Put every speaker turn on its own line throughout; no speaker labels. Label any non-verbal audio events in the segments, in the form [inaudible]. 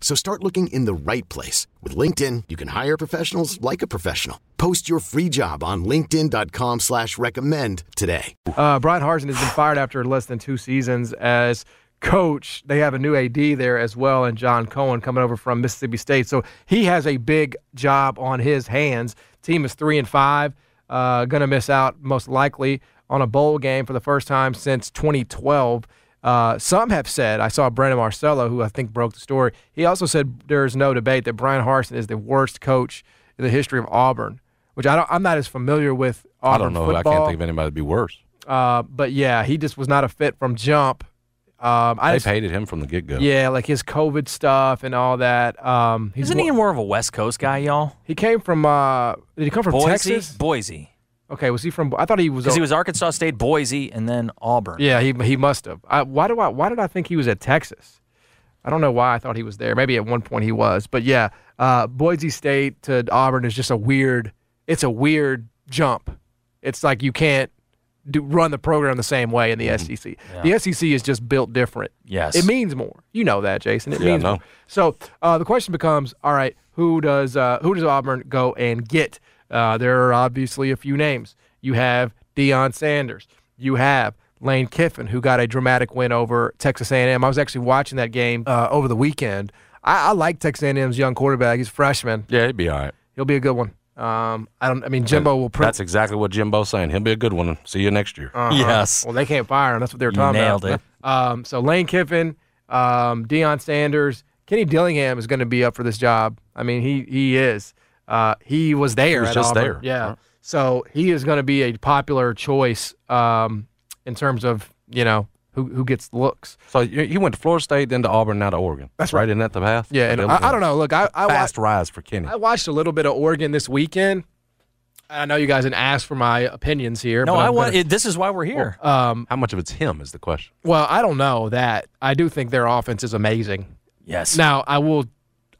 So start looking in the right place. With LinkedIn, you can hire professionals like a professional. Post your free job on linkedin.com slash recommend today.
Uh, Brian Harson has been fired after less than two seasons as coach. They have a new AD there as well, and John Cohen coming over from Mississippi State. So he has a big job on his hands. Team is three and five, uh, going to miss out most likely on a bowl game for the first time since 2012. Uh, some have said, I saw Brandon Marcello, who I think broke the story. He also said there is no debate that Brian Harson is the worst coach in the history of Auburn, which I don't, I'm not as familiar with
I
Auburn
don't know. I
football.
can't think of anybody that'd be worse.
Uh, but yeah, he just was not a fit from jump. Um, I
They've
just,
hated him from the get go.
yeah, like his COVID stuff and all that. Um, he's
Isn't he
one-
more of a West Coast guy, y'all?
He came from. Uh, did he come from
Boise,
Texas?
Boise,
Okay, was he from? I thought he was.
because he was Arkansas State, Boise, and then Auburn.
Yeah, he he must have. I, why do I? Why did I think he was at Texas? I don't know why I thought he was there. Maybe at one point he was, but yeah, uh, Boise State to Auburn is just a weird. It's a weird jump. It's like you can't do, run the program the same way in the SEC. The SEC is just built different.
Mm-hmm. Yes.
it means more. You know that, Jason. It
Yeah, I
means
know.
more. So uh, the question becomes: All right, who does uh, who does Auburn go and get? Uh, there are obviously a few names. You have Deion Sanders. You have Lane Kiffin, who got a dramatic win over Texas A&M. I was actually watching that game uh, over the weekend. I, I like Texas A&M's young quarterback. He's a freshman.
Yeah, he'd be all right.
He'll be a good one. Um, I don't. I mean, Jimbo will. Print,
That's exactly what Jimbo's saying. He'll be a good one. See you next year.
Uh,
Yes.
well, they can't fire him. That's what they were
You
talking
nailed
about.
it.
[laughs] Um, so Lane Kiffin, um, Deion Sanders, Kenny Dillingham is going to be up for this job. I mean, he he is. Uh, he was there.
was
at
just
Auburn.
there.
Yeah.
Right.
So he is going to be a popular choice um, in terms of you know who who gets looks.
So you, you went to Florida State, then to Auburn, now to Oregon. That's right. Isn't that the path?
Yeah. And I, I don't know. Look, I I, wa-
Fast rise for Kenny.
I watched a little bit of Oregon this weekend. I know you guys didn't ask for my opinions here.
No,
but
I
I'm
want.
gonna-
It, this is why we're here.
Um,
How much of it's him is the question?
well, I don't know that. I do think their offense is amazing.
yes.
Now, I will,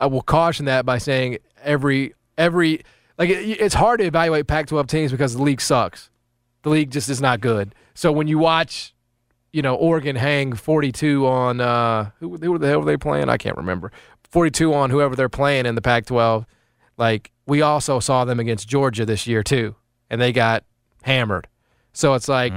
I will caution that by saying every every like it, it's hard to evaluate Pac-12 teams because the league sucks. The league just is not good. So when you watch, you know, Oregon hang 42 on uh who who the hell were they playing? I can't remember. 42 on whoever they're playing in the Pac-12. Like we also saw them against Georgia this year too, and they got hammered. So it's like.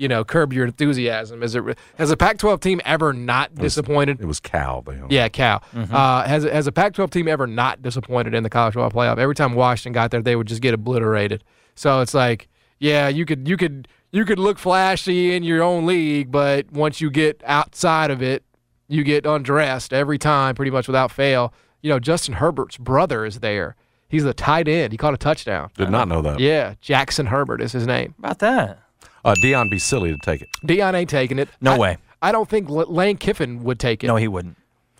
You know, curb your enthusiasm. Is it has a Pac-12 team ever not disappointed?
It was Cal. They owned.
Yeah, Cal.
Mm-hmm.
Uh, has has a Pac-12 team ever not disappointed in the college football playoff? Every time Washington got there, they would just get obliterated. So it's like, yeah, you could you could you could look flashy in your own league, but once you get outside of it, you get undressed every time, pretty much without fail. You know, Justin Herbert's brother is there. He's the tight end. He caught a touchdown.
Did not know that.
Yeah, Jackson Herbert is his name.
How about that.
Uh, Dion be silly to take it.
Deion ain't taking it.
No
I-
way.
I don't think L- Lane Kiffin would take it.
No, he wouldn't.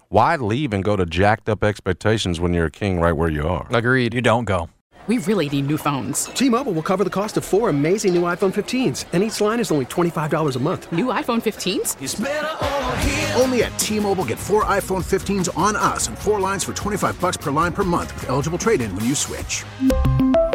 Why leave and go to jacked up expectations when you're a king right where you are?
agreed.
You don't go.
We really need new phones.
T-Mobile will cover the cost of four amazing new iPhone 15s, and each line is only $25 a month.
New iPhone 15s?
Only at T-Mobile, get four iPhone 15s on us and four lines for 25 bucks per line per month with eligible trade-in when you switch.